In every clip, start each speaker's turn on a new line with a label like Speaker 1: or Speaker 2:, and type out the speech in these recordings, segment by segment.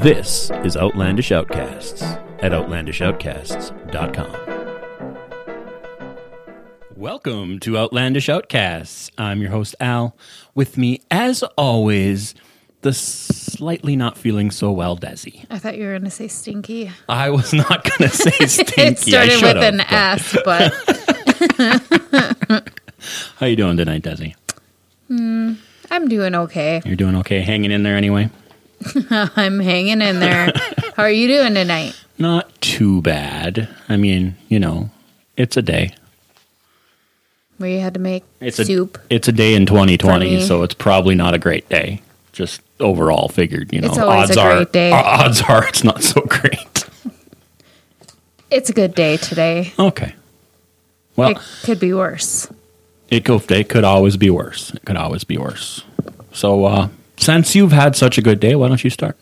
Speaker 1: This is Outlandish Outcasts at OutlandishOutcasts.com. Welcome to Outlandish Outcasts. I'm your host, Al. With me, as always, the slightly not feeling so well, Desi.
Speaker 2: I thought you were going to say stinky.
Speaker 1: I was not going to say stinky.
Speaker 2: it
Speaker 1: I
Speaker 2: started
Speaker 1: should
Speaker 2: with
Speaker 1: have,
Speaker 2: an
Speaker 1: but-
Speaker 2: S, but
Speaker 1: How you doing tonight, Desi?
Speaker 2: I'm doing okay.
Speaker 1: You're doing okay? Hanging in there anyway?
Speaker 2: I'm hanging in there. How are you doing tonight?
Speaker 1: Not too bad. I mean, you know, it's a day.
Speaker 2: Where you had to make
Speaker 1: It's a
Speaker 2: soup.
Speaker 1: It's a day in 2020,
Speaker 2: For me.
Speaker 1: so it's probably not a great day. Just overall figured, you know,
Speaker 2: It's always
Speaker 1: odds
Speaker 2: a
Speaker 1: are
Speaker 2: great day.
Speaker 1: o- odds are it's not so great.
Speaker 2: it's a good day today.
Speaker 1: Okay. Well,
Speaker 2: It could be worse.
Speaker 1: it could it could always be worse. It could always be worse. So uh since you've had such a good day, why don't you start?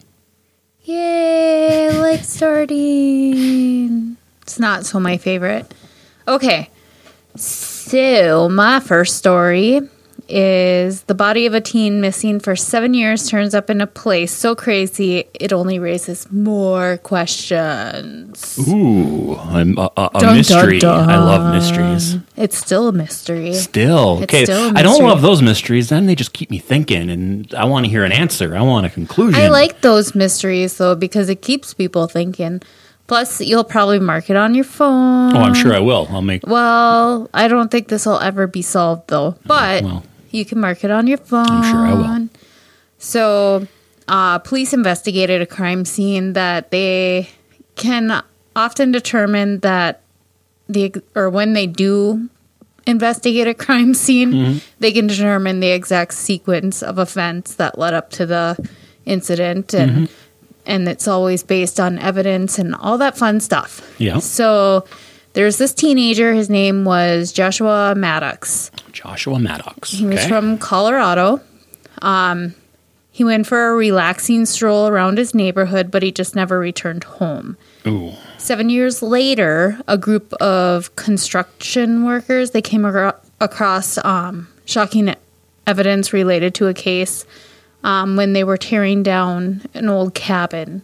Speaker 2: Yay, I like starting. It's not so my favorite. Okay. So, my first story is the body of a teen missing for seven years turns up in a place so crazy it only raises more questions.
Speaker 1: Ooh, I'm a, a, a
Speaker 2: dun,
Speaker 1: mystery. I love mysteries.
Speaker 2: It's still a mystery.
Speaker 1: Still,
Speaker 2: It's
Speaker 1: okay.
Speaker 2: still a
Speaker 1: I don't
Speaker 2: mystery.
Speaker 1: love those mysteries. Then they just keep me thinking, and I want to hear an answer. I want a conclusion.
Speaker 2: I like those mysteries though because it keeps people thinking. Plus, you'll probably mark it on your phone.
Speaker 1: Oh, I'm sure I will. I'll make.
Speaker 2: Well, I don't think this will ever be solved though. But
Speaker 1: Mm, well.
Speaker 2: you can mark it on your phone.
Speaker 1: sure I will.
Speaker 2: So, uh, police investigated a crime scene that they can often determine that the or when they do investigate a crime scene,
Speaker 1: Mm-hmm.
Speaker 2: they can determine the exact sequence of events that led up to the incident and
Speaker 1: Mm-hmm.
Speaker 2: and it's always based on evidence and all that fun stuff.
Speaker 1: Yeah.
Speaker 2: So there's this teenager, his name was Joshua Maddox.
Speaker 1: Joshua Maddox.
Speaker 2: He was
Speaker 1: okay.
Speaker 2: from Colorado. Um he went for a relaxing stroll around his neighborhood, but he just never returned home.
Speaker 1: Ooh.
Speaker 2: Seven years later, a group of construction workers they came agro- across um, shocking evidence related to a case um, when they were tearing down an old cabin.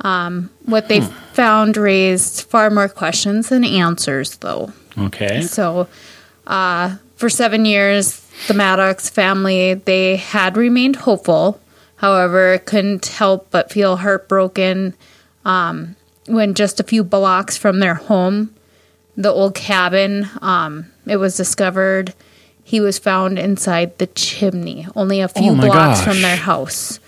Speaker 2: Um, what they found raised far more questions than answers, though.
Speaker 1: Okay.
Speaker 2: So, uh, for seven years, the Maddox family they had remained hopeful. However, couldn't help but feel heartbroken um, when just a few blocks from their home, the old cabin, um, it was discovered he was found inside the chimney, only a few
Speaker 1: Oh my
Speaker 2: blocks
Speaker 1: gosh.
Speaker 2: from their house.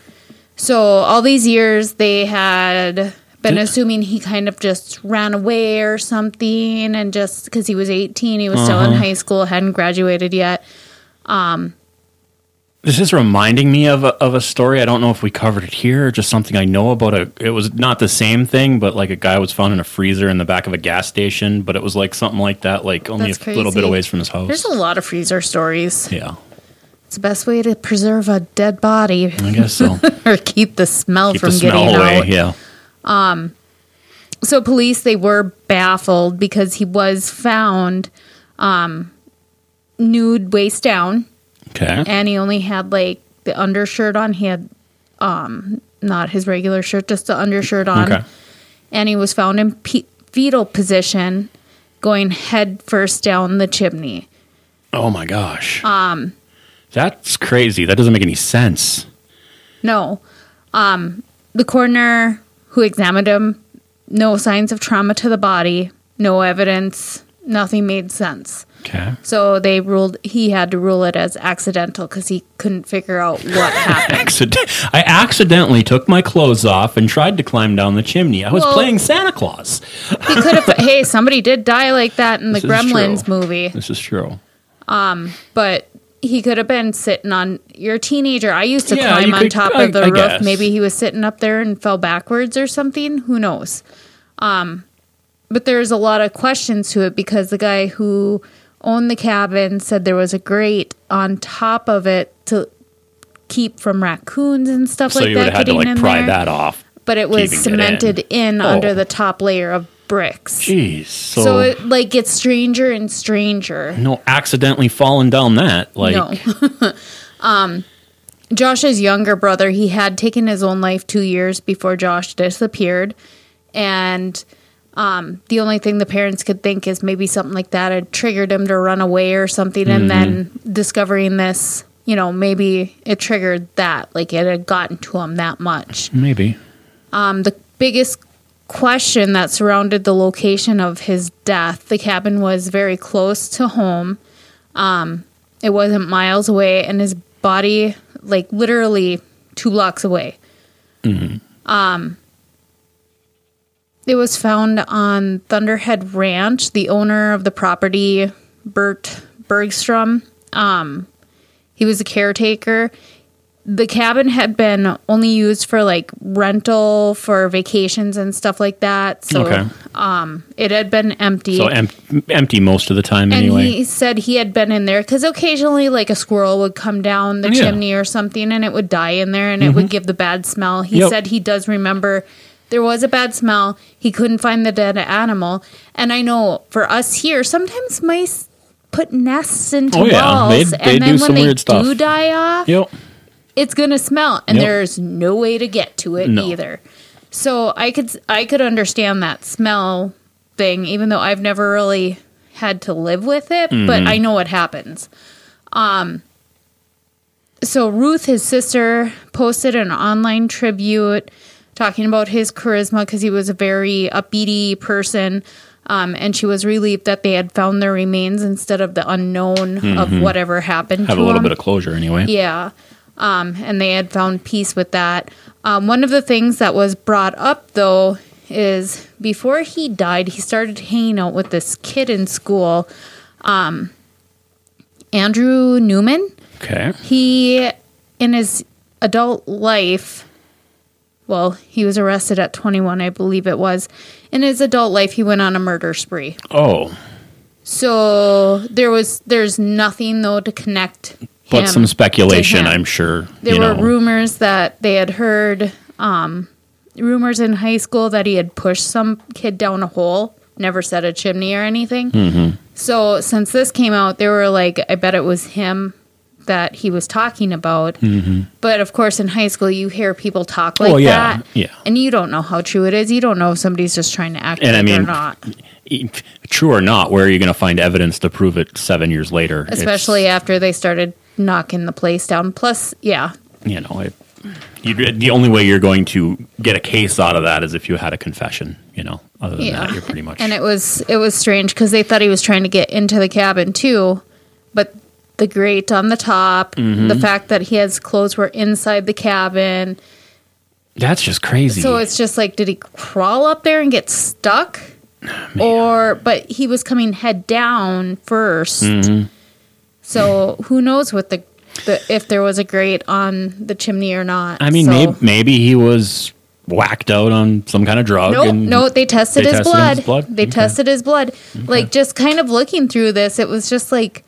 Speaker 2: So all these years they had been
Speaker 1: Did-
Speaker 2: assuming he kind of just ran away or something and just because he was 18 he was still
Speaker 1: Uh-huh.
Speaker 2: in high school hadn't graduated yet
Speaker 1: This is reminding me of a, of a story. I don't know if we covered it here or just something I know about. A, it was not the same thing, but like a guy was found in a freezer in the back of a gas station, but it was like something like that, like only
Speaker 2: That's
Speaker 1: a little bit
Speaker 2: crazy.
Speaker 1: away from his house.
Speaker 2: there's a lot of freezer stories
Speaker 1: yeah,
Speaker 2: it's the best way to preserve a dead body
Speaker 1: I guess so.
Speaker 2: or keep the smell
Speaker 1: Keep
Speaker 2: from
Speaker 1: the smell
Speaker 2: getting
Speaker 1: away.
Speaker 2: out
Speaker 1: Yeah.
Speaker 2: so police they were baffled because he was found um, nude waist down
Speaker 1: Okay.
Speaker 2: and he only had like the undershirt on. He had um not his regular shirt, just the undershirt on.
Speaker 1: Okay.
Speaker 2: And he was found in pe- fetal position, going head first down the chimney.
Speaker 1: Oh my gosh. Um, that's crazy. That doesn't make any sense.
Speaker 2: No, um, the coroner who examined him, no signs of trauma to the body, no evidence, nothing made sense.
Speaker 1: Okay.
Speaker 2: So they ruled he had to rule it as accidental because he couldn't figure out what happened.
Speaker 1: Accident- I accidentally took my clothes off and tried to climb down the chimney. I was
Speaker 2: Well-
Speaker 1: playing Santa Claus.
Speaker 2: he could have. hey, somebody did die like that in the
Speaker 1: This is
Speaker 2: Gremlins
Speaker 1: true.
Speaker 2: movie.
Speaker 1: This is true.
Speaker 2: but he could have been sitting on you're a teenager i used to
Speaker 1: Yeah,
Speaker 2: climb
Speaker 1: you
Speaker 2: on
Speaker 1: could-
Speaker 2: top
Speaker 1: I-
Speaker 2: of the
Speaker 1: I
Speaker 2: roof
Speaker 1: guess.
Speaker 2: maybe he was sitting up there and fell backwards or something who knows um, but there's a lot of questions to it because the guy who owned the cabin said there was a grate on top of it to keep from raccoons and stuff
Speaker 1: So
Speaker 2: like
Speaker 1: you would
Speaker 2: that
Speaker 1: have had to
Speaker 2: getting
Speaker 1: like
Speaker 2: in
Speaker 1: pry
Speaker 2: there
Speaker 1: that off.
Speaker 2: but it was
Speaker 1: even get in.
Speaker 2: cemented in,
Speaker 1: Oh.
Speaker 2: under the top layer of bricks
Speaker 1: Jeez. So,
Speaker 2: so it like gets stranger and stranger
Speaker 1: no accidentally falling down that. Like
Speaker 2: no. um, Josh's younger brother, he had taken his own life two years before Josh disappeared. And um, the only thing the parents could think is maybe something like that had triggered him to run away or something. And then discovering this, you know, maybe it triggered that. Like it had gotten to him that much.
Speaker 1: Maybe.
Speaker 2: Um, the biggest question that surrounded the location of his death the cabin was very close to home. Um, it wasn't miles away, and his body, like literally two blocks away.
Speaker 1: Mm-hmm.
Speaker 2: Um, It was found on Thunderhead Ranch. The owner of the property, Bert Bergstrom, um, he was a caretaker. The cabin had been only used for like rental for vacations and stuff like that. So um,
Speaker 1: okay.
Speaker 2: it had been empty.
Speaker 1: So em- empty most of the time
Speaker 2: and
Speaker 1: anyway.
Speaker 2: he said he had been in there because occasionally, like a squirrel would come down the
Speaker 1: Oh, Yeah. Mm-hmm.
Speaker 2: chimney or something, and it would die in there, and it would give the bad smell. He
Speaker 1: Yep.
Speaker 2: said he does remember there was a bad smell. He couldn't find the dead animal, and I know for us here, sometimes mice put nests into
Speaker 1: Oh, yeah.
Speaker 2: walls,
Speaker 1: They- they
Speaker 2: and
Speaker 1: do
Speaker 2: then
Speaker 1: some
Speaker 2: when they
Speaker 1: weird stuff.
Speaker 2: do die off,
Speaker 1: yep.
Speaker 2: it's gonna smell, and
Speaker 1: Yep.
Speaker 2: there's no way to get to it
Speaker 1: No.
Speaker 2: either. So I could I could understand that smell thing, even though I've never really had to live with it,
Speaker 1: Mm-hmm.
Speaker 2: but I know what happens. Um, so Ruth, his sister, posted an online tribute talking about his charisma because he was a very upbeaty person. Um, and she was relieved that they had found their remains instead of the unknown of whatever happened
Speaker 1: Mm-hmm. Have
Speaker 2: to
Speaker 1: a little
Speaker 2: him.
Speaker 1: bit of closure anyway.
Speaker 2: Yeah. Um, and they had found peace with that. Um, one of the things that was brought up, though, is before he died, he started hanging out with this kid in school, um, Andrew Newman.
Speaker 1: Okay.
Speaker 2: He, in his adult life, well, he was arrested at 21, I believe it was. In his adult life, he went on a murder spree.
Speaker 1: Oh,
Speaker 2: So there was, there's nothing though to connect.
Speaker 1: but
Speaker 2: him
Speaker 1: some
Speaker 2: to
Speaker 1: speculation,
Speaker 2: him
Speaker 1: I'm sure.
Speaker 2: there
Speaker 1: you
Speaker 2: were
Speaker 1: know.
Speaker 2: rumors that they had heard um, rumors in high school that he had pushed some kid down a hole never said a chimney or anything
Speaker 1: Mm-hmm.
Speaker 2: so since this came out they were like i bet it was him that he was talking about but of course in high school you hear people talk like
Speaker 1: Oh, Mm-hmm. yeah,
Speaker 2: that
Speaker 1: yeah.
Speaker 2: and you don't know how true it is you don't know if somebody's just trying to act
Speaker 1: And I
Speaker 2: like it or
Speaker 1: mean,
Speaker 2: not
Speaker 1: E- True or not, where are you going to find evidence to prove it seven years later? It's-
Speaker 2: especially after they started knocking the place down plus yeah
Speaker 1: you know, it, you, the only way you're going to get a case out of that is if you had a confession. You know, other than
Speaker 2: Yeah.
Speaker 1: that, you're pretty much.
Speaker 2: And it was it was strange because they thought he was trying to get into the cabin too, but the grate on the top,
Speaker 1: Mm-hmm.
Speaker 2: the fact that he his clothes were inside the cabin,
Speaker 1: that's just crazy.
Speaker 2: so it's just like, did he crawl up there and get stuck, or but he was coming head down 1st
Speaker 1: Mm-hmm.
Speaker 2: so who knows what the, the if there was a grate on the chimney or not?
Speaker 1: I mean,
Speaker 2: So-
Speaker 1: maybe, maybe he was whacked out on some kind of drug.
Speaker 2: No,
Speaker 1: and-
Speaker 2: no, they tested,
Speaker 1: They
Speaker 2: his,
Speaker 1: tested
Speaker 2: blood.
Speaker 1: his blood?
Speaker 2: They
Speaker 1: Okay.
Speaker 2: tested his blood. Like just kind of looking through this, it was just like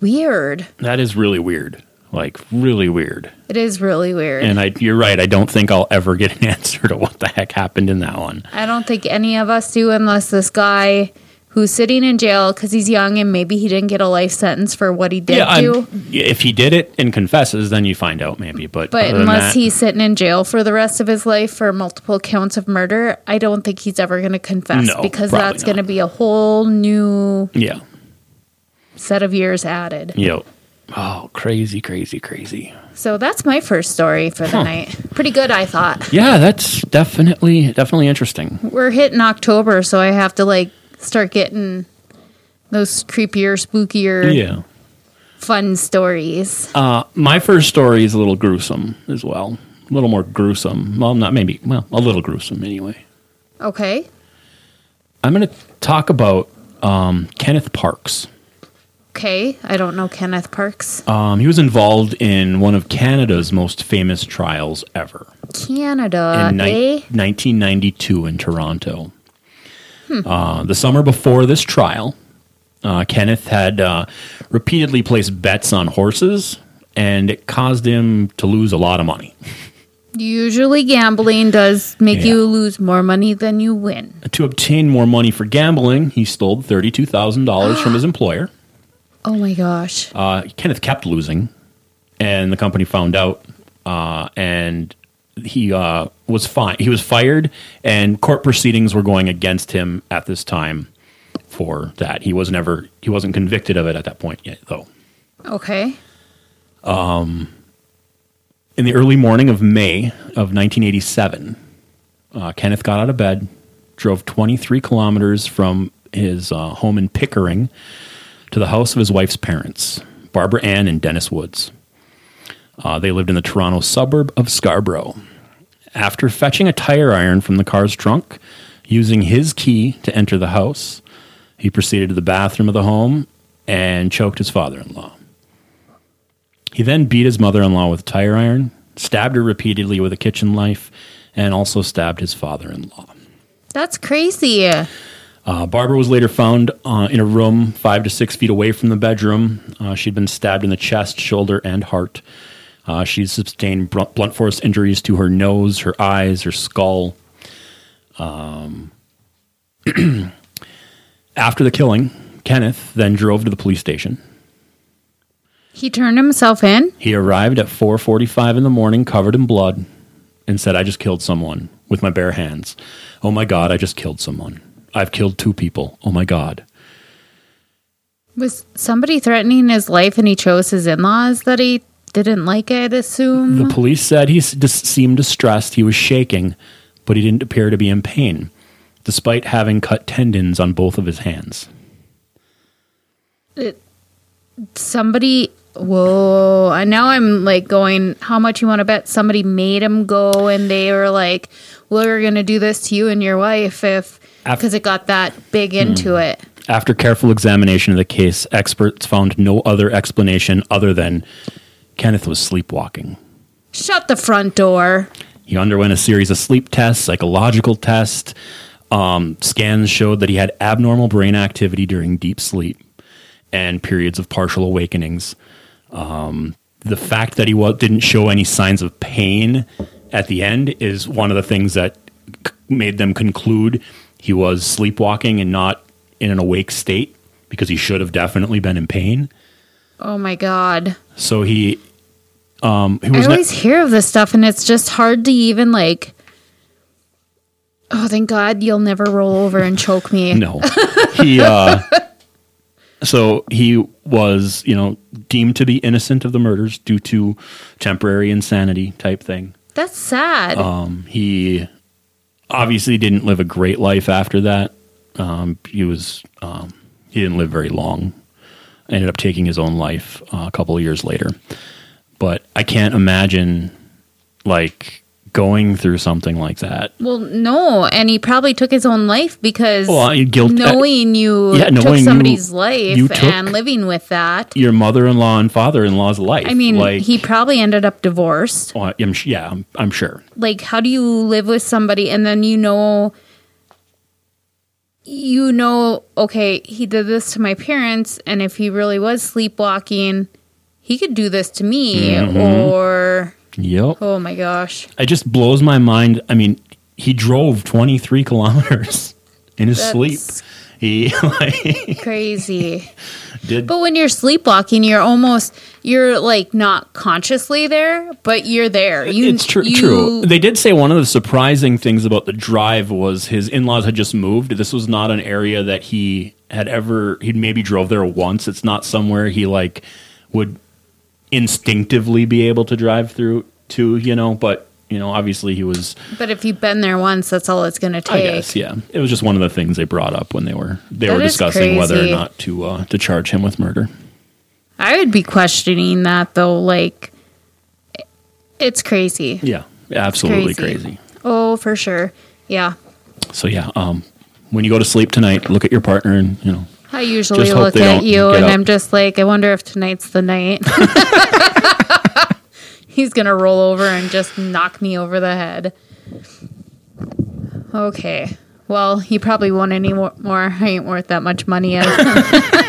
Speaker 2: weird.
Speaker 1: That is really weird. Like really weird.
Speaker 2: It is really weird.
Speaker 1: And I, you're right. I don't think I'll ever get an answer to what the heck happened in that one.
Speaker 2: I don't think any of us do unless this guy who's sitting in jail because he's young and maybe he didn't get a life sentence for what he did
Speaker 1: I'm-
Speaker 2: do.
Speaker 1: if he did it and confesses, then you find out maybe. But
Speaker 2: But
Speaker 1: other than
Speaker 2: unless
Speaker 1: that-
Speaker 2: he's sitting in jail for the rest of his life for multiple counts of murder, I don't think he's ever going to confess
Speaker 1: No,
Speaker 2: because
Speaker 1: probably
Speaker 2: that's
Speaker 1: not.
Speaker 2: going to be a whole new
Speaker 1: yeah,
Speaker 2: set of years added.
Speaker 1: yep. Oh, crazy, crazy, crazy.
Speaker 2: So that's my first story for the
Speaker 1: Huh.
Speaker 2: night. Pretty good, I thought.
Speaker 1: Yeah, that's definitely definitely interesting.
Speaker 2: we're hitting October, so I have to like start getting those creepier, spookier,
Speaker 1: Yeah.
Speaker 2: fun stories.
Speaker 1: Uh, my first story is a little gruesome as well. A little more gruesome. Well, not maybe. Well, a little gruesome anyway.
Speaker 2: Okay.
Speaker 1: I'm going to talk about um, Kenneth Parks.
Speaker 2: Okay. I don't know Kenneth Parks.
Speaker 1: Um, he was involved in one of Canada's most famous trials ever
Speaker 2: Canada.
Speaker 1: in ni-
Speaker 2: eh?
Speaker 1: 1992 in Toronto. Uh, the summer before this trial, uh, Kenneth had uh, repeatedly placed bets on horses, and it caused him to lose a lot of money.
Speaker 2: Usually gambling does make
Speaker 1: Yeah.
Speaker 2: you lose more money than you win.
Speaker 1: To obtain more money for gambling, he stole $32,000 from his employer.
Speaker 2: Oh my gosh.
Speaker 1: Uh, Kenneth kept losing. and the company found out, uh, and he uh, was fine. He was fired, and court proceedings were going against him at this time for that. He was never he wasn't convicted of it at that point yet, though.
Speaker 2: Okay.
Speaker 1: In the early morning of May of 1987, uh, Kenneth got out of bed, drove 23 kilometers from his uh, home in Pickering to the house of his wife's parents, Barbara Ann and Dennis Woods. Uh, they lived in the Toronto suburb of Scarborough. After fetching a tire iron from the car's trunk, using his key to enter the house, he proceeded to the bathroom of the home and choked his father in law. He then beat his mother in law with a tire iron, stabbed her repeatedly with a kitchen knife, and also stabbed his father in law.
Speaker 2: That's crazy.
Speaker 1: Uh, Barbara was later found uh, in a room five to six feet away from the bedroom. Uh, she'd been stabbed in the chest, shoulder, and heart. Uh, she sustained blunt, blunt force injuries to her nose, her eyes, her skull. Um, after the killing, Kenneth then drove to the police station.
Speaker 2: He turned himself in.
Speaker 1: He arrived at 4:45 in the morning covered in blood and said I just killed someone with my bare hands. Oh my god, I just killed someone. I've killed two people. Oh my god.
Speaker 2: Was somebody threatening his life and he chose his in laws that he didn't like, I'd assume?
Speaker 1: The police said he s- dis- seemed distressed. He was shaking, but he didn't appear to be in pain despite having cut tendons on both of his hands.
Speaker 2: somebody. Whoa. I- Now I'm like going, how much you want to bet somebody made him go and they were like, we're going to do this to you and your wife if.
Speaker 1: Af- Hmm.
Speaker 2: Because it got that big into it.
Speaker 1: After careful examination of the case, experts found no other explanation other than Kenneth was sleepwalking.
Speaker 2: Shut the front door.
Speaker 1: He underwent a series of sleep tests, psychological tests. Um, scans showed that he had abnormal brain activity during deep sleep and periods of partial awakenings. Um, the fact that he wa- didn't show any signs of pain at the end is one of the things that c- made them conclude he was sleepwalking and not in an awake state because he should have definitely been in pain.
Speaker 2: Oh my God.
Speaker 1: So he, um, he
Speaker 2: I
Speaker 1: was not-
Speaker 2: always hear of this stuff, and it's just hard to even like. Oh, thank God you'll never roll over and choke me.
Speaker 1: No. He uh so he was, you know, deemed to be innocent of the murders due to temporary insanity type thing.
Speaker 2: That's sad.
Speaker 1: Um he obviously didn't live a great life after that. Um he was um he didn't live very long. Ended up taking his own life uh, a couple of years later. But I can't imagine like going through something like that.
Speaker 2: well, no, and he probably took his own life because
Speaker 1: Well, I- guilt
Speaker 2: knowing you
Speaker 1: yeah,
Speaker 2: took
Speaker 1: knowing you-
Speaker 2: somebody's life
Speaker 1: you took-
Speaker 2: and living with that.
Speaker 1: your mother-in-law and father-in-law's life.
Speaker 2: I mean,
Speaker 1: like,
Speaker 2: he probably ended up divorced.
Speaker 1: Well, Oh, I'm, su- yeah, I'm, I'm sure.
Speaker 2: Like, how do you live with somebody and then you know, you know, okay, he did this to my parents, and if he really was sleepwalking, he could do this to me,
Speaker 1: Mm-hmm.
Speaker 2: or
Speaker 1: Yep.
Speaker 2: Oh my gosh.
Speaker 1: It just blows my mind. I mean, he drove 23 kilometers in his
Speaker 2: That's
Speaker 1: sleep. He like,
Speaker 2: Crazy.
Speaker 1: did.
Speaker 2: but when you're sleepwalking, you're almost you're like not consciously there, but you're there. You
Speaker 1: it's true.
Speaker 2: you-
Speaker 1: true. They did say one of the surprising things about the drive was his in-laws had just moved. This was not an area that he had ever. He'd maybe drove there once. It's not somewhere he like would instinctively be able to drive through to. You know, but you know, obviously he was.
Speaker 2: But if you've been there once, that's all it's going to
Speaker 1: I
Speaker 2: take.
Speaker 1: guess, yeah. It was just one of the things they brought up when they were they
Speaker 2: That
Speaker 1: were
Speaker 2: is
Speaker 1: discussing whether or
Speaker 2: crazy.
Speaker 1: not to uh, to charge him with murder.
Speaker 2: I would be questioning that though like it's crazy.
Speaker 1: Yeah, absolutely
Speaker 2: crazy.
Speaker 1: crazy.
Speaker 2: Oh, for sure. Yeah.
Speaker 1: So yeah, um, when you go to sleep tonight, look at your partner and you know
Speaker 2: I usually
Speaker 1: Just hope
Speaker 2: look
Speaker 1: they
Speaker 2: at
Speaker 1: don't
Speaker 2: you
Speaker 1: get
Speaker 2: and
Speaker 1: up.
Speaker 2: I'm just like, I wonder if tonight's the night. He's going to roll over and just knock me over the head. Okay. Well, he probably won't any more. more. I ain't worth that much money. I-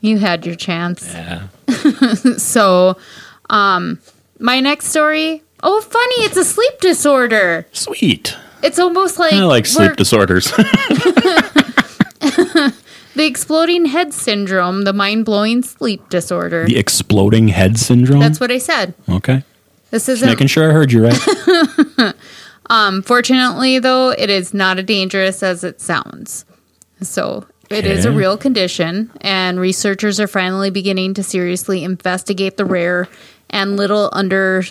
Speaker 2: you had your chance.
Speaker 1: yeah.
Speaker 2: So, um, my next story. Oh, funny. It's a sleep disorder.
Speaker 1: sweet.
Speaker 2: It's almost like
Speaker 1: I like
Speaker 2: we're-
Speaker 1: sleep disorders.
Speaker 2: The exploding head syndrome, the mind blowing sleep disorder.
Speaker 1: The exploding head syndrome.
Speaker 2: That's what I said.
Speaker 1: okay.
Speaker 2: This
Speaker 1: Just
Speaker 2: isn't
Speaker 1: making sure I heard you right.
Speaker 2: Fortunately, though, it is not as dangerous as it sounds. So it is a
Speaker 1: Okay.
Speaker 2: real condition, and researchers are finally beginning to seriously investigate the rare and little under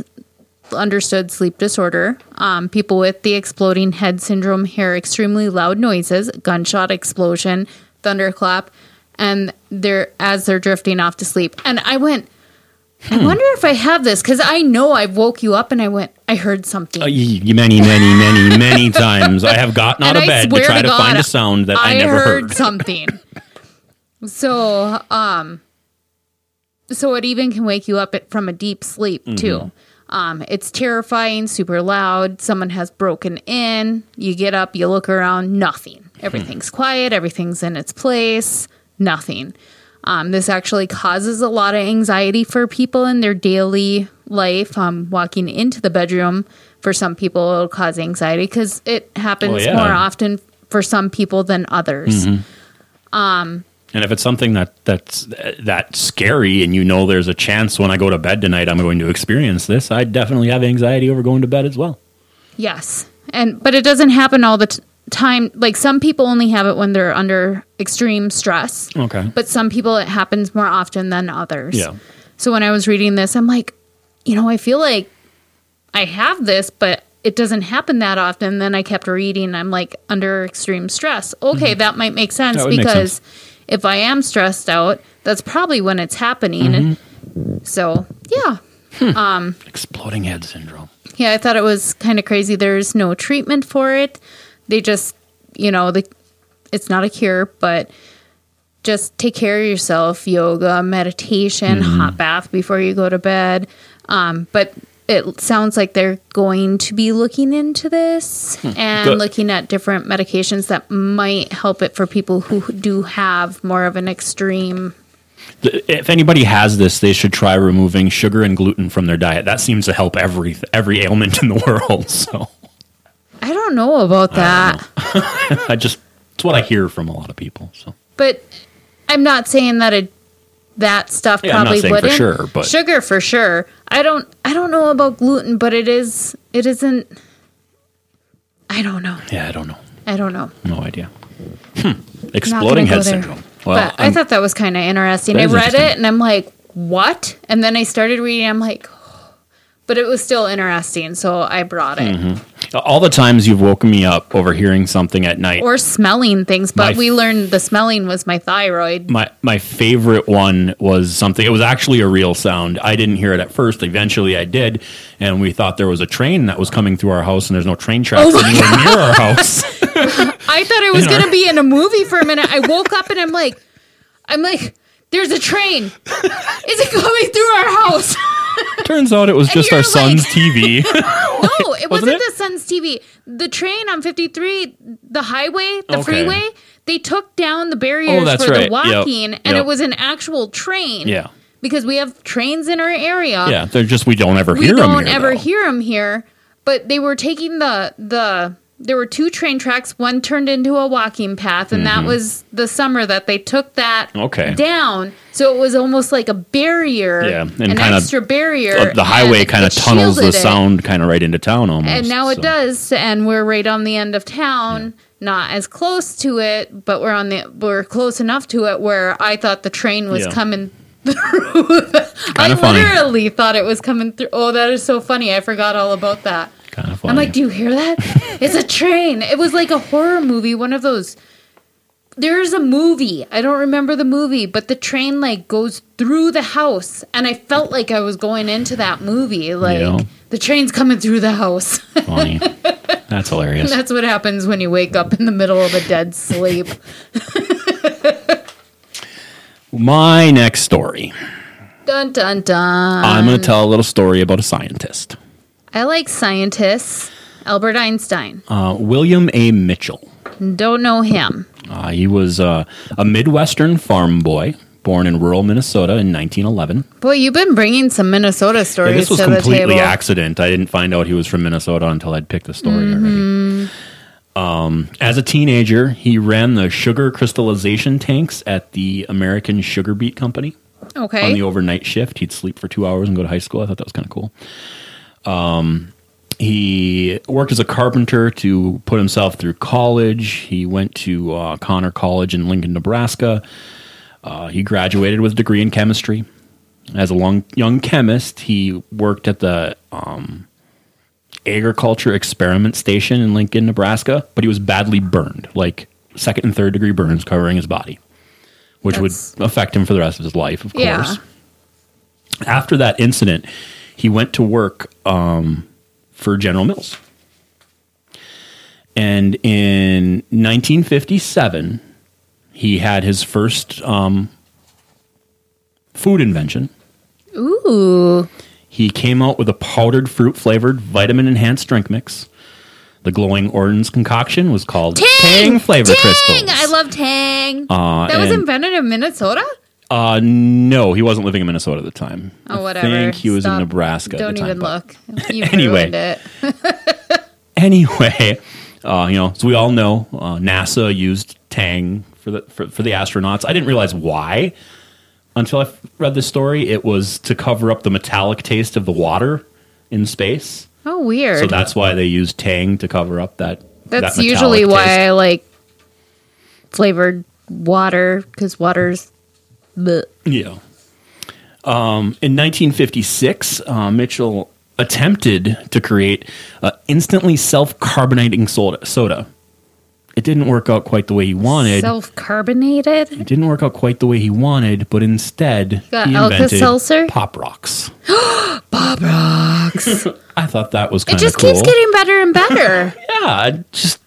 Speaker 2: understood sleep disorder. Um, people with the exploding head syndrome hear extremely loud noises, gunshot explosion, thunderclap, and they're as they're drifting off to sleep. And I went. I wonder if I have this because I know I woke you up and I went. I heard something.
Speaker 1: Uh, y- y- many, many, many, many times I have gotten out
Speaker 2: And
Speaker 1: of
Speaker 2: I
Speaker 1: bed to
Speaker 2: swear
Speaker 1: try
Speaker 2: to
Speaker 1: to,
Speaker 2: God,
Speaker 1: find a sound that I, never
Speaker 2: heard,
Speaker 1: heard.
Speaker 2: something. So, um, so it even can wake you up at- from a deep sleep
Speaker 1: Mm-hmm.
Speaker 2: too. Um, it's terrifying, super loud. Someone has broken in. You get up, you look around, nothing.
Speaker 1: Hmm.
Speaker 2: Everything's quiet. Everything's in its place. Nothing. Um, this actually causes a lot of anxiety for people in their daily life. Um, walking into the bedroom for some people it'll cause anxiety because it happens
Speaker 1: yeah.
Speaker 2: more often for some people than others.
Speaker 1: And if it's something that that's that scary, and you know there's a chance when I go to bed tonight I'm going to experience this, I definitely have anxiety over going to bed as well.
Speaker 2: Yes. And but it doesn't happen all the t- time. Like some people only have it when they're under extreme stress.
Speaker 1: Okay.
Speaker 2: But some people it happens more often than others.
Speaker 1: Yeah.
Speaker 2: So when I was reading this, I'm like, you know, I feel like I have this, but it doesn't happen that often. Then I kept reading. I'm like under extreme stress. Okay, that might make sense
Speaker 1: Mm-hmm. That would make
Speaker 2: because
Speaker 1: sense.
Speaker 2: if I am stressed out, that's probably when it's happening.
Speaker 1: Mm-hmm.
Speaker 2: So yeah,
Speaker 1: Exploding head syndrome.
Speaker 2: yeah, I thought it was kind of crazy. There's no treatment for it. They just, you know, the it's not a cure, but just take care of yourself. Yoga, meditation, hot bath before you go to bed. Um, but it sounds like they're going to be looking into this and
Speaker 1: Good.
Speaker 2: looking at different medications that might help it for people who do have more of an extreme.
Speaker 1: Th- If anybody has this, they should try removing sugar and gluten from their diet. That seems to help every every ailment in the world. So
Speaker 2: I don't know about that.
Speaker 1: I just it's what I hear from a lot of people. So
Speaker 2: but I'm not saying that it that stuff
Speaker 1: Yeah, I'm not
Speaker 2: probably
Speaker 1: saying for
Speaker 2: wouldn't.
Speaker 1: sure, but-
Speaker 2: sugar for sure. I don't I don't know about gluten, but it is it isn't. I don't know.
Speaker 1: yeah, I don't know.
Speaker 2: I don't know.
Speaker 1: No idea. Hmm.
Speaker 2: Not
Speaker 1: Exploding
Speaker 2: gonna
Speaker 1: head
Speaker 2: go there.
Speaker 1: syndrome. Well,
Speaker 2: but i
Speaker 1: I'm-
Speaker 2: thought that was kind of interesting.
Speaker 1: That
Speaker 2: I
Speaker 1: is
Speaker 2: read it
Speaker 1: interesting.
Speaker 2: and I'm like, what? And then I started reading. I'm like, "Oh." but it was still interesting, so I brought it.
Speaker 1: Mm-hmm. um, all the times you've woken me up over hearing something at night.
Speaker 2: Or smelling things, but
Speaker 1: My-
Speaker 2: we learned the smelling was my thyroid.
Speaker 1: my my favorite one was something. It was actually a real sound. I didn't hear it at first. Eventually, I did, and we thought there was a train that was coming through our house, and there's no train tracks
Speaker 2: Oh.
Speaker 1: anywhere near our house.
Speaker 2: I thought I was
Speaker 1: In our-
Speaker 2: gonna be in a movie for a minute. I woke up and I'm like, I'm like, there's a train. Is it coming through our house?
Speaker 1: Turns out it was just
Speaker 2: you're
Speaker 1: our
Speaker 2: like-
Speaker 1: son's TV.
Speaker 2: No, it wasn't,
Speaker 1: Wasn't it?
Speaker 2: the Sun's TV. The train on 53, the highway, the
Speaker 1: Okay.
Speaker 2: freeway. They took down the barriers
Speaker 1: Oh, that's
Speaker 2: for the
Speaker 1: right. Yep.
Speaker 2: walking, and
Speaker 1: Yep.
Speaker 2: it was an actual train.
Speaker 1: Yeah.
Speaker 2: because we have trains in our area.
Speaker 1: yeah, they're just we don't ever
Speaker 2: we
Speaker 1: hear them.
Speaker 2: don't
Speaker 1: here,
Speaker 2: ever
Speaker 1: though.
Speaker 2: hear them here. But they were taking the the there were two train tracks. One turned into a walking path, and that was the summer that they took that
Speaker 1: Mm-hmm. Okay.
Speaker 2: down. So it was almost like a barrier,
Speaker 1: Yeah, and
Speaker 2: an
Speaker 1: kinda-
Speaker 2: extra barrier.
Speaker 1: Uh, The highway
Speaker 2: and
Speaker 1: kind of
Speaker 2: it
Speaker 1: tunnels the
Speaker 2: shielded it.
Speaker 1: sound kind of right into town almost.
Speaker 2: and now it
Speaker 1: so.
Speaker 2: does. And we're right on the end of town. Not as close to it, but we're on the we're close enough to it where I thought the train was
Speaker 1: Yeah.
Speaker 2: coming
Speaker 1: Kind
Speaker 2: I
Speaker 1: of funny.
Speaker 2: literally thought it was coming through. Oh, that is so funny. I forgot all about that.
Speaker 1: Kind of funny.
Speaker 2: I'm like, do you hear that? it's a train. It was like a horror movie, one of those. There's a movie. I don't remember the movie, but the train like goes through the house and I felt like I was going into that movie like
Speaker 1: Yeah.
Speaker 2: the train's coming through the house.
Speaker 1: funny. That's hilarious.
Speaker 2: That's what happens when you wake up in the middle of a dead sleep.
Speaker 1: My next story.
Speaker 2: dun dun dun.
Speaker 1: I'm going to tell a little story about a scientist.
Speaker 2: I like scientists. Albert Einstein.
Speaker 1: Uh, William A. Mitchell.
Speaker 2: Don't know him.
Speaker 1: Uh, he was uh, a Midwestern farm boy born in rural Minnesota in 1911.
Speaker 2: Boy, you've been bringing some Minnesota
Speaker 1: Yeah,
Speaker 2: stories
Speaker 1: this was
Speaker 2: to the
Speaker 1: completely
Speaker 2: table.
Speaker 1: accident. I didn't find out he was from Minnesota until I'd picked the story already. Um, As a teenager, he ran the sugar crystallization tanks at the American Sugar Beet Company on the
Speaker 2: Okay.
Speaker 1: overnight shift. He'd sleep for two hours and go to high school. I thought that was kind of cool. Um, he worked as a carpenter to put himself through college. He went to uh, Connor College in Lincoln, Nebraska. Uh, he graduated with a degree in chemistry. As a long, young chemist, he worked at the um, agriculture experiment station in Lincoln, Nebraska, but he was badly burned, like second and third degree burns covering his body, which
Speaker 2: That's-
Speaker 1: would affect him for the rest of his life, of
Speaker 2: Yeah.
Speaker 1: course after that incident, he went to work um, for General Mills. And in 1957, he had his first um, food invention.
Speaker 2: Ooh.
Speaker 1: He came out with a powdered fruit flavored vitamin enhanced drink mix. The glowing orange concoction was called Tang, flavor crystals.
Speaker 2: Tang! I love Tang.
Speaker 1: Uh,
Speaker 2: that was
Speaker 1: and-
Speaker 2: invented in Minnesota?
Speaker 1: Uh, no, he wasn't living in Minnesota at the time.
Speaker 2: Oh, whatever.
Speaker 1: I think he was
Speaker 2: Stop.
Speaker 1: in Nebraska.
Speaker 2: Don't
Speaker 1: at the time,
Speaker 2: even
Speaker 1: but-
Speaker 2: look. You
Speaker 1: Anyway.
Speaker 2: ruined it.
Speaker 1: anyway, uh, you know, so we all know uh, NASA used Tang for the for, for the astronauts. I didn't realize why until I f- read this story. It was to cover up the metallic taste of the water in space.
Speaker 2: Oh, weird.
Speaker 1: So that's why they used Tang to cover up that.
Speaker 2: That's
Speaker 1: that
Speaker 2: usually
Speaker 1: metallic
Speaker 2: why
Speaker 1: taste.
Speaker 2: I like flavored water because water's. Bleh.
Speaker 1: Yeah. Um, in 1956, uh, Mitchell attempted to create uh, instantly self-carbonating soda. Soda. It didn't work out quite the way he wanted.
Speaker 2: Self carbonated?
Speaker 1: It didn't work out quite the way he wanted, but instead
Speaker 2: got
Speaker 1: he invented
Speaker 2: Alka-Seltzer?
Speaker 1: Pop Rocks. Pop Rocks. I thought that was
Speaker 2: It
Speaker 1: kind of
Speaker 2: just
Speaker 1: cool.
Speaker 2: keeps getting better and better.
Speaker 1: yeah, I just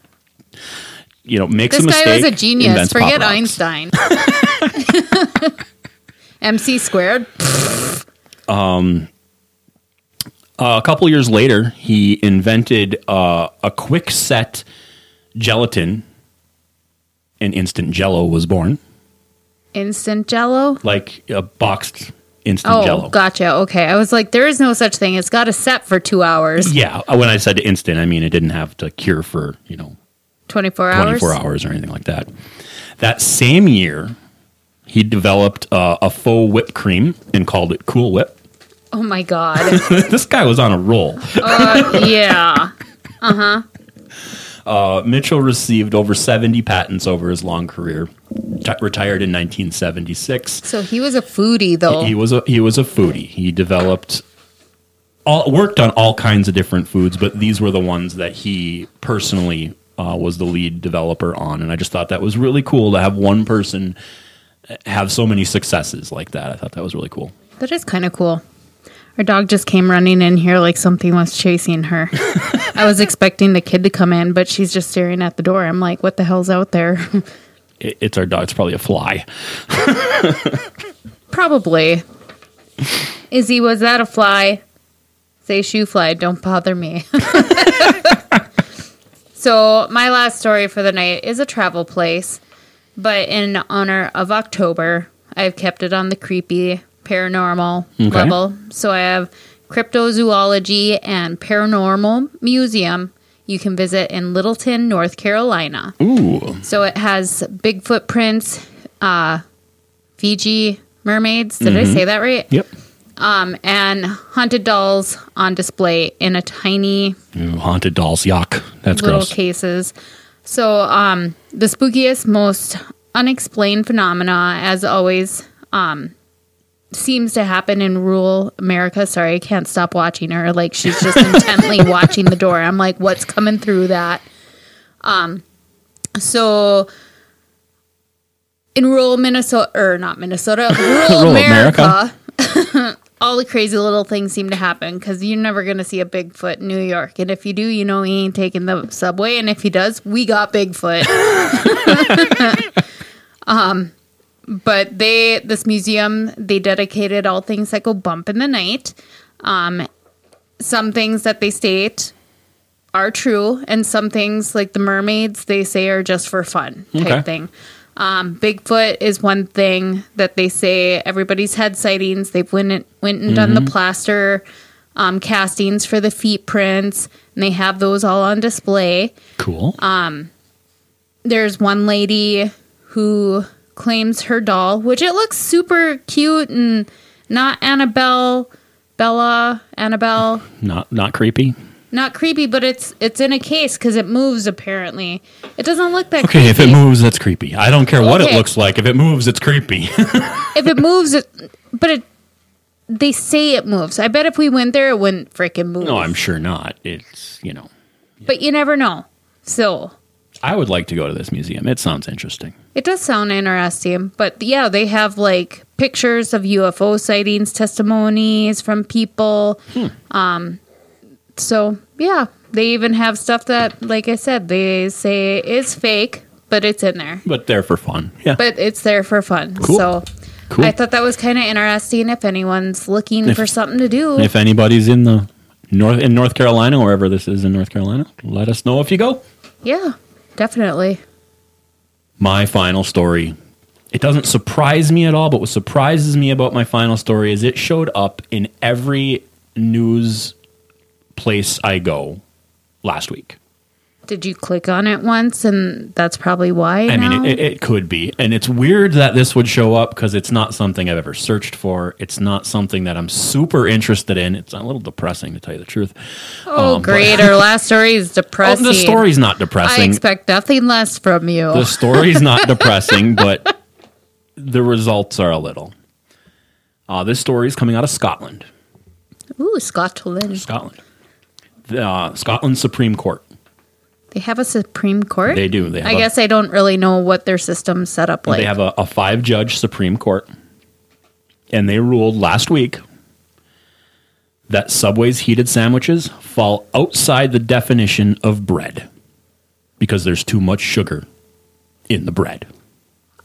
Speaker 1: you know, makes
Speaker 2: this
Speaker 1: a mistake.
Speaker 2: guy was a genius.
Speaker 1: invents Pop
Speaker 2: Forget
Speaker 1: Rocks.
Speaker 2: Einstein. MC squared.
Speaker 1: Uh, a couple years later, he invented uh, a quick set gelatin, and instant Jello was born,
Speaker 2: Instant jello.
Speaker 1: like a boxed instant
Speaker 2: Oh,
Speaker 1: Jello.
Speaker 2: gotcha. Okay. I was like, there is no such thing. It's got a set for two hours,
Speaker 1: Yeah, uh, when I said instant, I mean it didn't have to cure for you know
Speaker 2: 24 hours.
Speaker 1: 24 Mm-hmm. hours or anything like that. That same year, he developed uh, a faux whipped cream and called it Cool Whip.
Speaker 2: Oh, my God.
Speaker 1: this guy was on a roll.
Speaker 2: yeah.
Speaker 1: Uh, Mitchell received over 70 patents over his long career. T- retired in 1976.
Speaker 2: So he was a foodie, though.
Speaker 1: He was a he was a foodie. He developed all worked on all kinds of different foods, but these were the ones that he personally uh, was the lead developer on. And I just thought that was really cool to have one person have so many successes like that. I thought that was really cool.
Speaker 2: That is kind of cool. Our dog just came running in here like something was chasing her. I was expecting the kid to come in, but she's just staring at the door. I'm like, what the hell's out there?
Speaker 1: It, it's our dog. It's probably a fly.
Speaker 2: Probably. Izzy, was that a fly? Say shoe fly, don't bother me. so, my last story for the night is a travel place, but in honor of October, I've kept it on the creepy paranormal level. So, I have cryptozoology and paranormal museum you can visit in Littleton, North Carolina.
Speaker 1: Ooh,
Speaker 2: So it has Bigfoot prints, uh, Fiji mermaids. Did I say that right?
Speaker 1: yep.
Speaker 2: Um, and haunted dolls on display in a tiny
Speaker 1: Ooh, haunted dolls. Yuck. That's
Speaker 2: little
Speaker 1: gross.
Speaker 2: cases. So um, the spookiest, most unexplained phenomena, as always, um, seems to happen in rural America. Sorry, I can't stop watching her. Like she's just intently watching the door. I'm like, what's coming through that? Um, so in rural Minnesota, or not Minnesota, rural,
Speaker 1: Rural America.
Speaker 2: America. All the crazy little things seem to happen because you're never going to see a Bigfoot in New York. And if you do, you know he ain't taking the subway. And if he does, we got Bigfoot. but they this museum they dedicated all things that go bump in the night um some things that they state are true and some things like the mermaids they say are just for fun type
Speaker 1: Okay.
Speaker 2: thing um, Bigfoot is one thing that they say everybody's had sightings. They've went and, went and done the plaster. um, castings for the feet prints, and they have those all on display.
Speaker 1: Cool.
Speaker 2: Uh, There's one lady who claims her doll, which it looks super cute and not Annabelle, Bella, Annabelle,
Speaker 1: not not creepy.
Speaker 2: not creepy, but it's it's in a case because it moves apparently. It doesn't look that
Speaker 1: Okay, if it
Speaker 2: creepy.
Speaker 1: moves, that's creepy. I don't care what it
Speaker 2: Okay.
Speaker 1: looks like. If it moves, it's creepy.
Speaker 2: if it moves, it, but it they say it moves. I bet if we went there, it wouldn't freaking move.
Speaker 1: no, I'm sure not. It's you know,
Speaker 2: But you never know. So
Speaker 1: I would like to go to this museum. It sounds interesting.
Speaker 2: it does sound interesting. But yeah, they have like pictures of UFO sightings, testimonies from people.
Speaker 1: Hmm.
Speaker 2: Um, so yeah, they even have stuff that, like I said, they say is fake, but it's in there.
Speaker 1: But there for fun. Yeah.
Speaker 2: But it's there for fun.
Speaker 1: Cool.
Speaker 2: So.
Speaker 1: cool.
Speaker 2: I thought that was kind of interesting. If anyone's looking
Speaker 1: If-
Speaker 2: for something to do,
Speaker 1: if anybody's in the north in North Carolina, wherever this is in North Carolina, let us know if you go.
Speaker 2: yeah, definitely.
Speaker 1: my final story. It doesn't surprise me at all, but what surprises me about my final story is it showed up in every news place I go last week.
Speaker 2: Did you click on it once, and that's probably why?
Speaker 1: I
Speaker 2: now?
Speaker 1: mean, it, it could be. And it's weird that this would show up because it's not something I've ever searched for. It's not something that I'm super interested in. It's a little depressing, to tell you the truth.
Speaker 2: oh, great! Our last story is
Speaker 1: Oh,
Speaker 2: depressing.
Speaker 1: the story's not
Speaker 2: I
Speaker 1: depressing.
Speaker 2: expect nothing less from you.
Speaker 1: the story's not depressing, but the results are a little. Uh, this story is coming out of Scotland.
Speaker 2: Ooh, Scotland.
Speaker 1: Scotland. The uh, Scotland Supreme Court.
Speaker 2: They have a Supreme Court.
Speaker 1: They do. They have
Speaker 2: I
Speaker 1: a-
Speaker 2: guess I don't really know what their system's set up like.
Speaker 1: They have a, a five judge Supreme Court. And they ruled last week that Subway's heated sandwiches fall outside the definition of bread because there's too much sugar in the bread.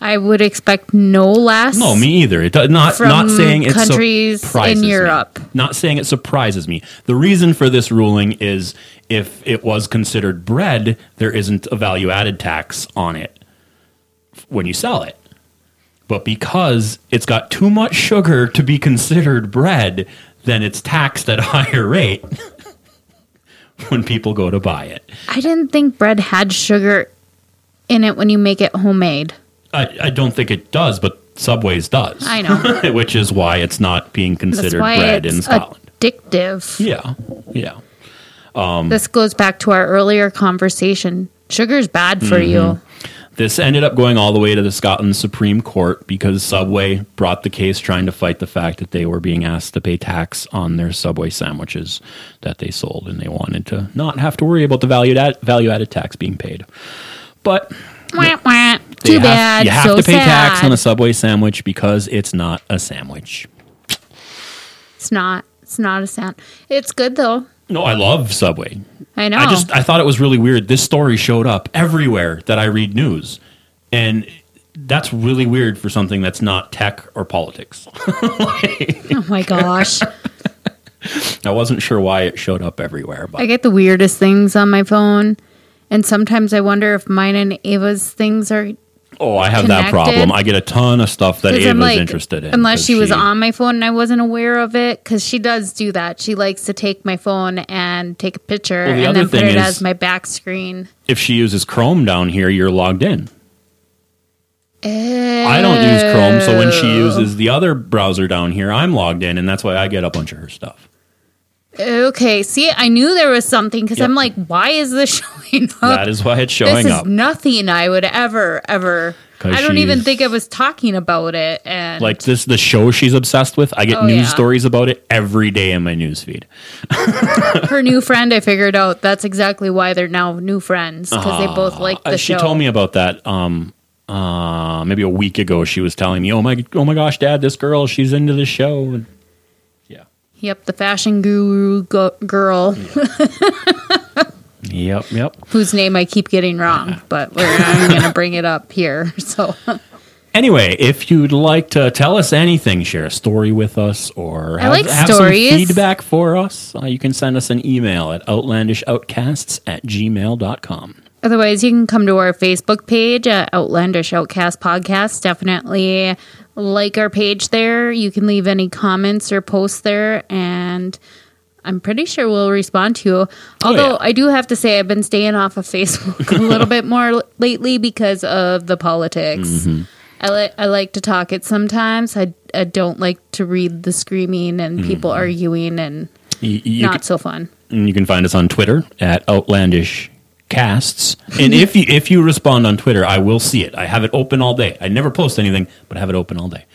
Speaker 2: I would expect no less.
Speaker 1: No, me either. It does not
Speaker 2: From
Speaker 1: not saying it
Speaker 2: countries in
Speaker 1: surprises me.
Speaker 2: Europe.
Speaker 1: Not saying it surprises me. The reason for this ruling is if it was considered bread, there isn't a value added tax on it f- when you sell it. But because it's got too much sugar to be considered bread, then it's taxed at a higher rate when people go to buy it.
Speaker 2: I didn't think bread had sugar in it when you make it homemade.
Speaker 1: I, I don't think it does, but Subway's does.
Speaker 2: I know.
Speaker 1: which is why it's not being
Speaker 2: That's
Speaker 1: considered
Speaker 2: why
Speaker 1: bread
Speaker 2: it's
Speaker 1: in Scotland. Um,
Speaker 2: addictive.
Speaker 1: Yeah, yeah.
Speaker 2: This goes back to our earlier conversation. Sugar's bad for you.
Speaker 1: Mm-hmm. This ended up going all the way to the Scotland Supreme Court because Subway brought the case trying to fight the fact that they were being asked to pay tax on their Subway sandwiches that they sold, and they wanted to not have to worry about the value add, value added tax being paid. But
Speaker 2: Wah, wah.
Speaker 1: they
Speaker 2: Too
Speaker 1: have-
Speaker 2: bad.
Speaker 1: you have
Speaker 2: so
Speaker 1: to pay
Speaker 2: sad.
Speaker 1: tax on a Subway sandwich because it's not a sandwich.
Speaker 2: It's not. It's not a sound. It's good though.
Speaker 1: No, I love Subway.
Speaker 2: I know.
Speaker 1: I just I thought it was really weird. This story showed up everywhere that I read news, and that's really weird for something that's not tech or politics.
Speaker 2: oh my gosh.
Speaker 1: I wasn't sure why it showed up everywhere, but
Speaker 2: I get the weirdest things on my phone, and sometimes I wonder if mine and Ava's things are.
Speaker 1: oh, I have that
Speaker 2: Connected.
Speaker 1: problem. I get a ton of stuff that
Speaker 2: 'cause
Speaker 1: Ava's
Speaker 2: I'm like,
Speaker 1: interested in.
Speaker 2: unless
Speaker 1: 'cause
Speaker 2: she was on my phone and I wasn't aware of it, because she does do that. She likes to take my phone and take a picture
Speaker 1: Well, the
Speaker 2: and
Speaker 1: other
Speaker 2: then put
Speaker 1: thing
Speaker 2: it
Speaker 1: is-
Speaker 2: as my back screen.
Speaker 1: If she uses Chrome down here, you're logged in. I don't use Chrome, so when
Speaker 2: Oh.
Speaker 1: she uses the other browser down here, I'm logged in, and that's why I get a bunch of her stuff.
Speaker 2: Okay, see, I knew there was something because
Speaker 1: Yep.
Speaker 2: I'm like, why is this showing up?
Speaker 1: that is why it's
Speaker 2: Oh, this
Speaker 1: showing
Speaker 2: is
Speaker 1: up.
Speaker 2: nothing I would ever, ever.
Speaker 1: 'Cause
Speaker 2: I don't even
Speaker 1: she's-
Speaker 2: think I was talking about it. And
Speaker 1: like this, the show she's obsessed with. I get
Speaker 2: Oh,
Speaker 1: news
Speaker 2: yeah.
Speaker 1: stories about it every day in my news feed.
Speaker 2: her new friend, I figured out that's exactly why they're now new friends because they both like
Speaker 1: Uh,
Speaker 2: the
Speaker 1: she
Speaker 2: show.
Speaker 1: told me about that um uh maybe a week ago she was telling me oh my oh my gosh dad this girl she's into the show and yeah
Speaker 2: Yep, the fashion guru go- girl
Speaker 1: yep yep
Speaker 2: whose name I keep getting wrong, but we're, I'm going to bring it up here. So
Speaker 1: anyway if you'd like to tell us anything share a story with us or have,
Speaker 2: like
Speaker 1: have
Speaker 2: stories.
Speaker 1: some feedback for us uh, you can send us an email at outlandishoutcasts at gmail.com
Speaker 2: Otherwise, you can come to our Facebook page at Outlandish Outcast Podcast. Definitely like our page there. You can leave any comments or posts there. And I'm pretty sure we'll respond to. Although
Speaker 1: Oh, yeah.
Speaker 2: I do have to say I've been staying off of Facebook a little bit more l- lately because of the politics.
Speaker 1: Mm-hmm.
Speaker 2: I like I like to talk it sometimes. I I don't like to read the screaming and people arguing and
Speaker 1: You, Mm-hmm. you
Speaker 2: not
Speaker 1: can,
Speaker 2: so fun.
Speaker 1: and Mm, you can find us on Twitter at Outlandish Casts. And if you if you respond on Twitter, I will see it. I have it open all day. I never post anything, but I have it open all day.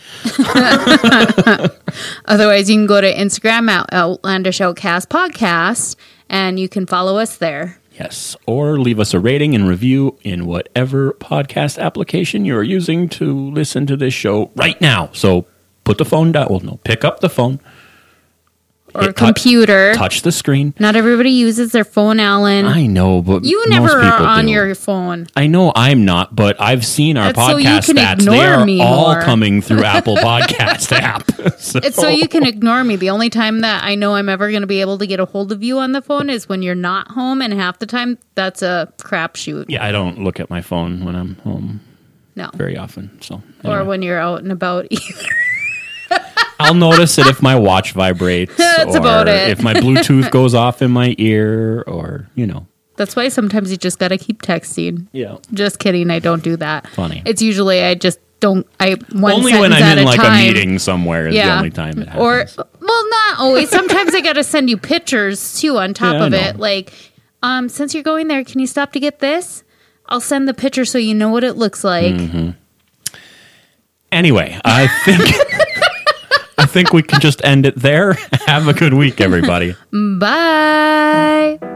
Speaker 2: Otherwise, you can go to Instagram at Outlandish Outcast Podcast and you can follow us there.
Speaker 1: Yes. Or leave us a rating and review in whatever podcast application you're using to listen to this show right now. So put the phone down. Well, no, pick up the phone,
Speaker 2: Or
Speaker 1: It tou-
Speaker 2: computer.
Speaker 1: touch the screen.
Speaker 2: Not everybody uses their phone, Alan.
Speaker 1: I know, but
Speaker 2: you
Speaker 1: most
Speaker 2: never are
Speaker 1: people
Speaker 2: on
Speaker 1: do.
Speaker 2: your phone.
Speaker 1: I know I'm not, but I've seen our
Speaker 2: That's so you
Speaker 1: podcast
Speaker 2: can
Speaker 1: stats. They
Speaker 2: ignore
Speaker 1: are
Speaker 2: me
Speaker 1: all
Speaker 2: more.
Speaker 1: coming through Apple Podcast app. So-
Speaker 2: It's so you
Speaker 1: Oh.
Speaker 2: can ignore me. The only time that I know I'm ever going to be able to get a hold of you on the phone is when you're not home, and half the time that's a crapshoot.
Speaker 1: yeah, I don't look at my phone when I'm home
Speaker 2: No,
Speaker 1: very often. So
Speaker 2: or
Speaker 1: anyway.
Speaker 2: when you're out and about.
Speaker 1: I'll notice it if my watch vibrates.
Speaker 2: That's
Speaker 1: or
Speaker 2: about it.
Speaker 1: If my Bluetooth goes off in my ear, or you know,
Speaker 2: that's why sometimes you just got to keep texting.
Speaker 1: yeah.
Speaker 2: Just kidding, I don't do that.
Speaker 1: Funny.
Speaker 2: It's usually I just don't. I one
Speaker 1: only when
Speaker 2: sentence at
Speaker 1: I'm in
Speaker 2: a
Speaker 1: like
Speaker 2: time.
Speaker 1: a meeting somewhere is the only time it happens.
Speaker 2: Or well, not always. Sometimes I got to send you pictures too. On top
Speaker 1: Yeah, I
Speaker 2: of
Speaker 1: know.
Speaker 2: it, like um, since you're going there, can you stop to get this? I'll send the picture so you know what it looks like.
Speaker 1: Mm-hmm. anyway, I think I think we can just end it there. Have a good week, everybody.
Speaker 2: Bye.